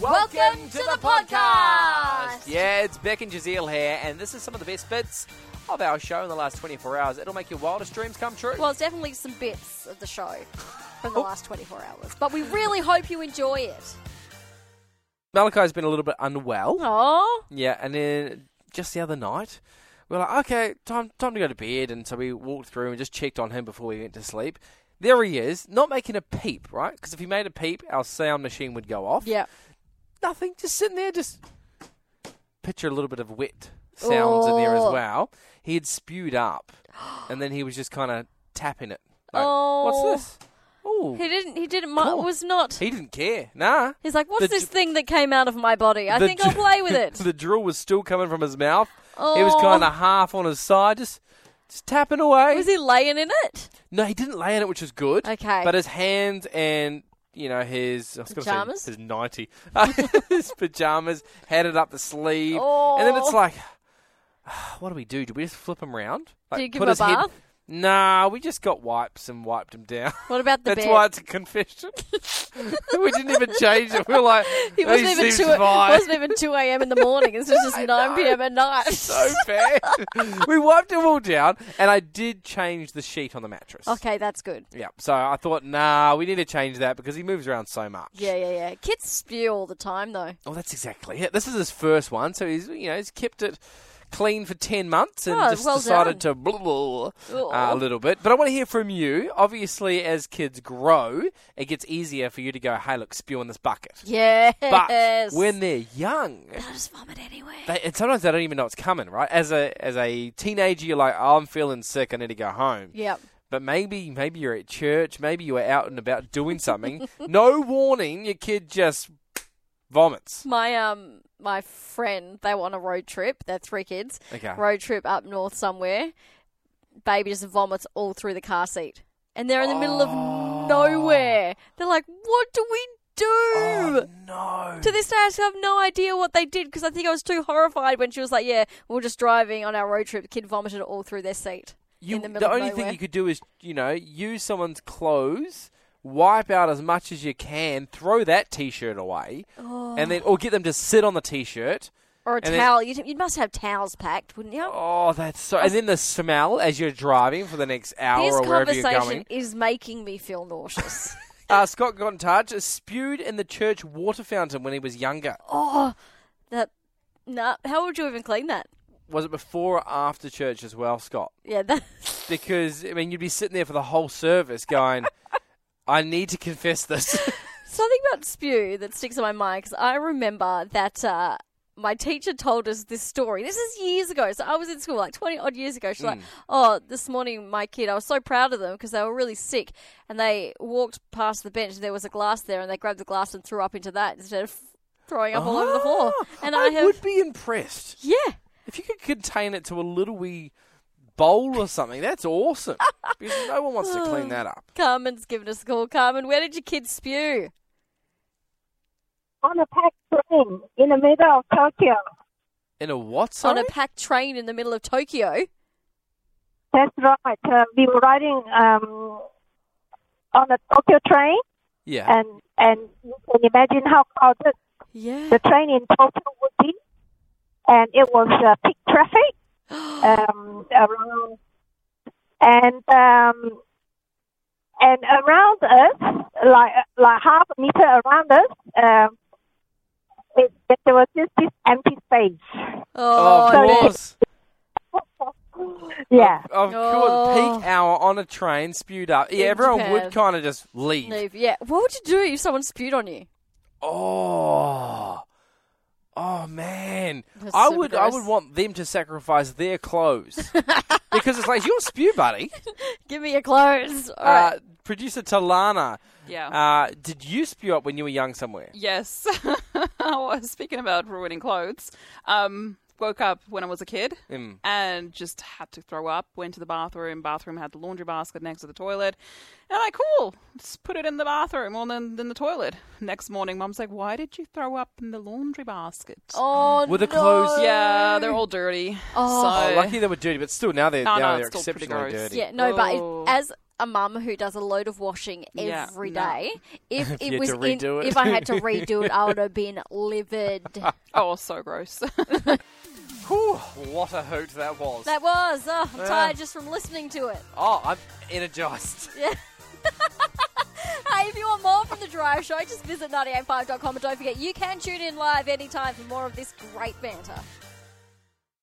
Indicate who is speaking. Speaker 1: Welcome to the podcast.
Speaker 2: Yeah, it's Beck and Jazeel here, and this is some of the best bits of our show in the last 24 hours. It'll make your wildest dreams come true.
Speaker 1: Well, it's definitely some bits of the show from the
Speaker 2: Oh.
Speaker 1: last 24 hours, but we really hope you enjoy it.
Speaker 2: Malachi's been a little bit unwell.
Speaker 1: Oh,
Speaker 2: Yeah, and then just the other night, we were like, okay, time time to go to bed, and so we walked through and just checked on him before we went to sleep. There he is, not making a peep, right? Because if he made a peep, our sound machine would go off.
Speaker 1: yeah.
Speaker 2: nothing, just sitting there, just picture a little bit of wet sounds in there as
Speaker 1: Oh.
Speaker 2: well. He had spewed up, and then he was just kind of tapping it. Like,
Speaker 1: Oh.
Speaker 2: what's this? Oh,
Speaker 1: He didn't. He didn't. mi-
Speaker 2: Cool.
Speaker 1: Was not.
Speaker 2: he didn't care. Nah.
Speaker 1: He's like, what's
Speaker 2: The
Speaker 1: this
Speaker 2: j-
Speaker 1: thing that came out of my body? I
Speaker 2: The
Speaker 1: think I'll
Speaker 2: dr-
Speaker 1: play with it.
Speaker 2: the drill was still coming from his mouth.
Speaker 1: oh.
Speaker 2: He was kind of half on his side, just just tapping away.
Speaker 1: Was he laying in it?
Speaker 2: no, he didn't lay in it, which is good.
Speaker 1: Okay.
Speaker 2: But his hands and you know his I was gonna say
Speaker 1: Pajamas?
Speaker 2: his ninety, his pajamas had it up the sleeve, and then it's
Speaker 1: Oh.
Speaker 2: like, what do we do? Do we just flip him round? Like,
Speaker 1: you give
Speaker 2: put
Speaker 1: him a
Speaker 2: his head-
Speaker 1: bath?
Speaker 2: Nah, we just got wipes and wiped him down.
Speaker 1: What about the
Speaker 2: That's
Speaker 1: bed?
Speaker 2: why it's a confession. we didn't even change it. We were like,
Speaker 1: He wasn't
Speaker 2: "He
Speaker 1: even
Speaker 2: seems
Speaker 1: two. It
Speaker 2: fine."
Speaker 1: wasn't even two a.m. in the morning. This was just
Speaker 2: I
Speaker 1: nine
Speaker 2: know.
Speaker 1: p.m. at night.
Speaker 2: so bad. we wiped him all down, and I did change the sheet on the mattress.
Speaker 1: okay, that's good.
Speaker 2: Yeah. So I thought, nah, we need to change that because he moves around so much.
Speaker 1: Yeah, yeah, yeah. Kids spew all the time, though.
Speaker 2: Well, that's exactly it. This is his first one, so he's you know he's kept it clean for ten months and
Speaker 1: Oh,
Speaker 2: just
Speaker 1: well
Speaker 2: decided to blah, blah, blah, uh, a
Speaker 1: Aw.
Speaker 2: little bit. But I want to hear from you. Obviously, as kids grow, it gets easier for you to go, "Hey, look, spew in this bucket."
Speaker 1: Yes.
Speaker 2: But when they're young,
Speaker 1: I just vomit anyway.
Speaker 2: they, and sometimes they don't even know it's coming. Right? As a as a teenager, you're like, "Oh, I'm feeling sick. I need to go home."
Speaker 1: Yep.
Speaker 2: But maybe maybe you're at church, maybe you were out and about doing something. no warning, your kid just vomits.
Speaker 1: My um my friend, they were on a road trip. They're three kids.
Speaker 2: Okay.
Speaker 1: Road trip up north somewhere. Baby just vomits all through the car seat. And they're in the middle of nowhere. They're like, What do we do?
Speaker 2: Oh, no.
Speaker 1: To this day, I still have no idea what they did because I think I was too horrified when she was like, "Yeah, we were just driving on our road trip. The kid vomited all through their seat."
Speaker 2: you,
Speaker 1: in the middle of
Speaker 2: only
Speaker 1: nowhere.
Speaker 2: thing you could do is, you know, use someone's clothes, wipe out as much as you can, throw that t-shirt away, and then or get them to sit on the t-shirt.
Speaker 1: Or a
Speaker 2: And then-
Speaker 1: towel. You you must have towels packed, wouldn't you?
Speaker 2: Oh, that's so. And then the smell as you're driving for the next hour
Speaker 1: this
Speaker 2: or wherever you're
Speaker 1: conversation
Speaker 2: going.
Speaker 1: is making me feel nauseous.
Speaker 2: Uh, Scott got in touch. Spewed in the church water fountain when he was younger.
Speaker 1: oh, that. No, how would you even clean that?
Speaker 2: Was it before or after church as well, Scott?
Speaker 1: Yeah, that.
Speaker 2: Because I mean, you'd be sitting there for the whole service going, "I need to confess this."
Speaker 1: Something about spew that sticks in my mind because I remember that uh, my teacher told us this story. This is years ago. So I was in school like 20 odd years ago. She's
Speaker 2: Mm.
Speaker 1: like, oh, this morning my kid, I was so proud of them because they were really sick and they walked past the bench and there was a glass there and they grabbed the glass and threw up into that instead of throwing up all over the floor.
Speaker 2: Ah,
Speaker 1: And
Speaker 2: I,
Speaker 1: I, have.
Speaker 2: would be impressed
Speaker 1: Yeah.
Speaker 2: if you could contain it to a little wee bowl or something. That's awesome. because no one wants to clean that up.
Speaker 1: Carmen's given us a call. Carmen, where did your kids spew?
Speaker 3: on a packed train in the middle of Tokyo.
Speaker 2: In a what? Sorry?
Speaker 1: On a packed train in the middle of Tokyo.
Speaker 3: That's right. Uh, we were riding um, on a Tokyo train,
Speaker 2: yeah.
Speaker 3: and and you can imagine how crowded
Speaker 1: Yeah.
Speaker 3: the train in Tokyo would be. And it was uh, peak traffic
Speaker 1: Oh,
Speaker 3: um, around, and um, and around us, like like half a meter around us, um, it, there was just this empty space.
Speaker 1: Oh,
Speaker 2: of
Speaker 1: I bet.
Speaker 2: course.
Speaker 3: Yeah.
Speaker 2: Of
Speaker 1: Oh.
Speaker 2: course. Peak hour on a train spewed up. Yeah,
Speaker 1: In
Speaker 2: everyone
Speaker 1: Japan.
Speaker 2: would kind of just leave.
Speaker 1: Leave. Yeah. What would you do if someone spewed on you?
Speaker 2: Oh. Oh man,
Speaker 1: That's
Speaker 2: I
Speaker 1: so
Speaker 2: would I
Speaker 1: gross.
Speaker 2: would want them to sacrifice their clothes because it's like your spew buddy.
Speaker 1: Give me your clothes. All right.
Speaker 2: Uh, producer Talana,
Speaker 4: Yeah.
Speaker 2: uh, did you spew up when you were young somewhere?
Speaker 4: yes. Well, Speaking about ruining clothes, um, woke up when I was a kid
Speaker 2: Mm.
Speaker 4: and just had to throw up. Went to the bathroom. Bathroom had the laundry basket next to the toilet, and I cool, just put it in the bathroom or in, in the toilet. Next morning, Mum's like, "Why did you throw up in the laundry basket?"
Speaker 1: oh,
Speaker 2: With the
Speaker 1: no.
Speaker 2: clothes-
Speaker 4: Yeah, they're all dirty.
Speaker 1: Oh.
Speaker 4: so
Speaker 2: Oh, lucky they were dirty, but still now they're
Speaker 4: No,
Speaker 2: now
Speaker 4: no,
Speaker 2: they're
Speaker 4: it's still pretty
Speaker 2: exceptionally
Speaker 4: gross.
Speaker 2: dirty.
Speaker 1: Yeah, no, but
Speaker 4: Oh.
Speaker 1: it, as a mum who does a load of washing
Speaker 4: Yeah,
Speaker 1: every
Speaker 4: no.
Speaker 1: day. If,
Speaker 2: you
Speaker 1: it
Speaker 2: had
Speaker 1: was
Speaker 2: to
Speaker 1: in,
Speaker 2: redo it.
Speaker 1: if I had to redo it, I would have been livid.
Speaker 4: Oh, so gross.
Speaker 2: Whew, what a hoot that was.
Speaker 1: That was. Oh, I'm
Speaker 2: Yeah.
Speaker 1: tired just from listening to it.
Speaker 2: oh, I'm energized.
Speaker 1: Hey, if you want more from The Drive Show, just visit 985.com and don't forget you can tune in live anytime for more of this great banter.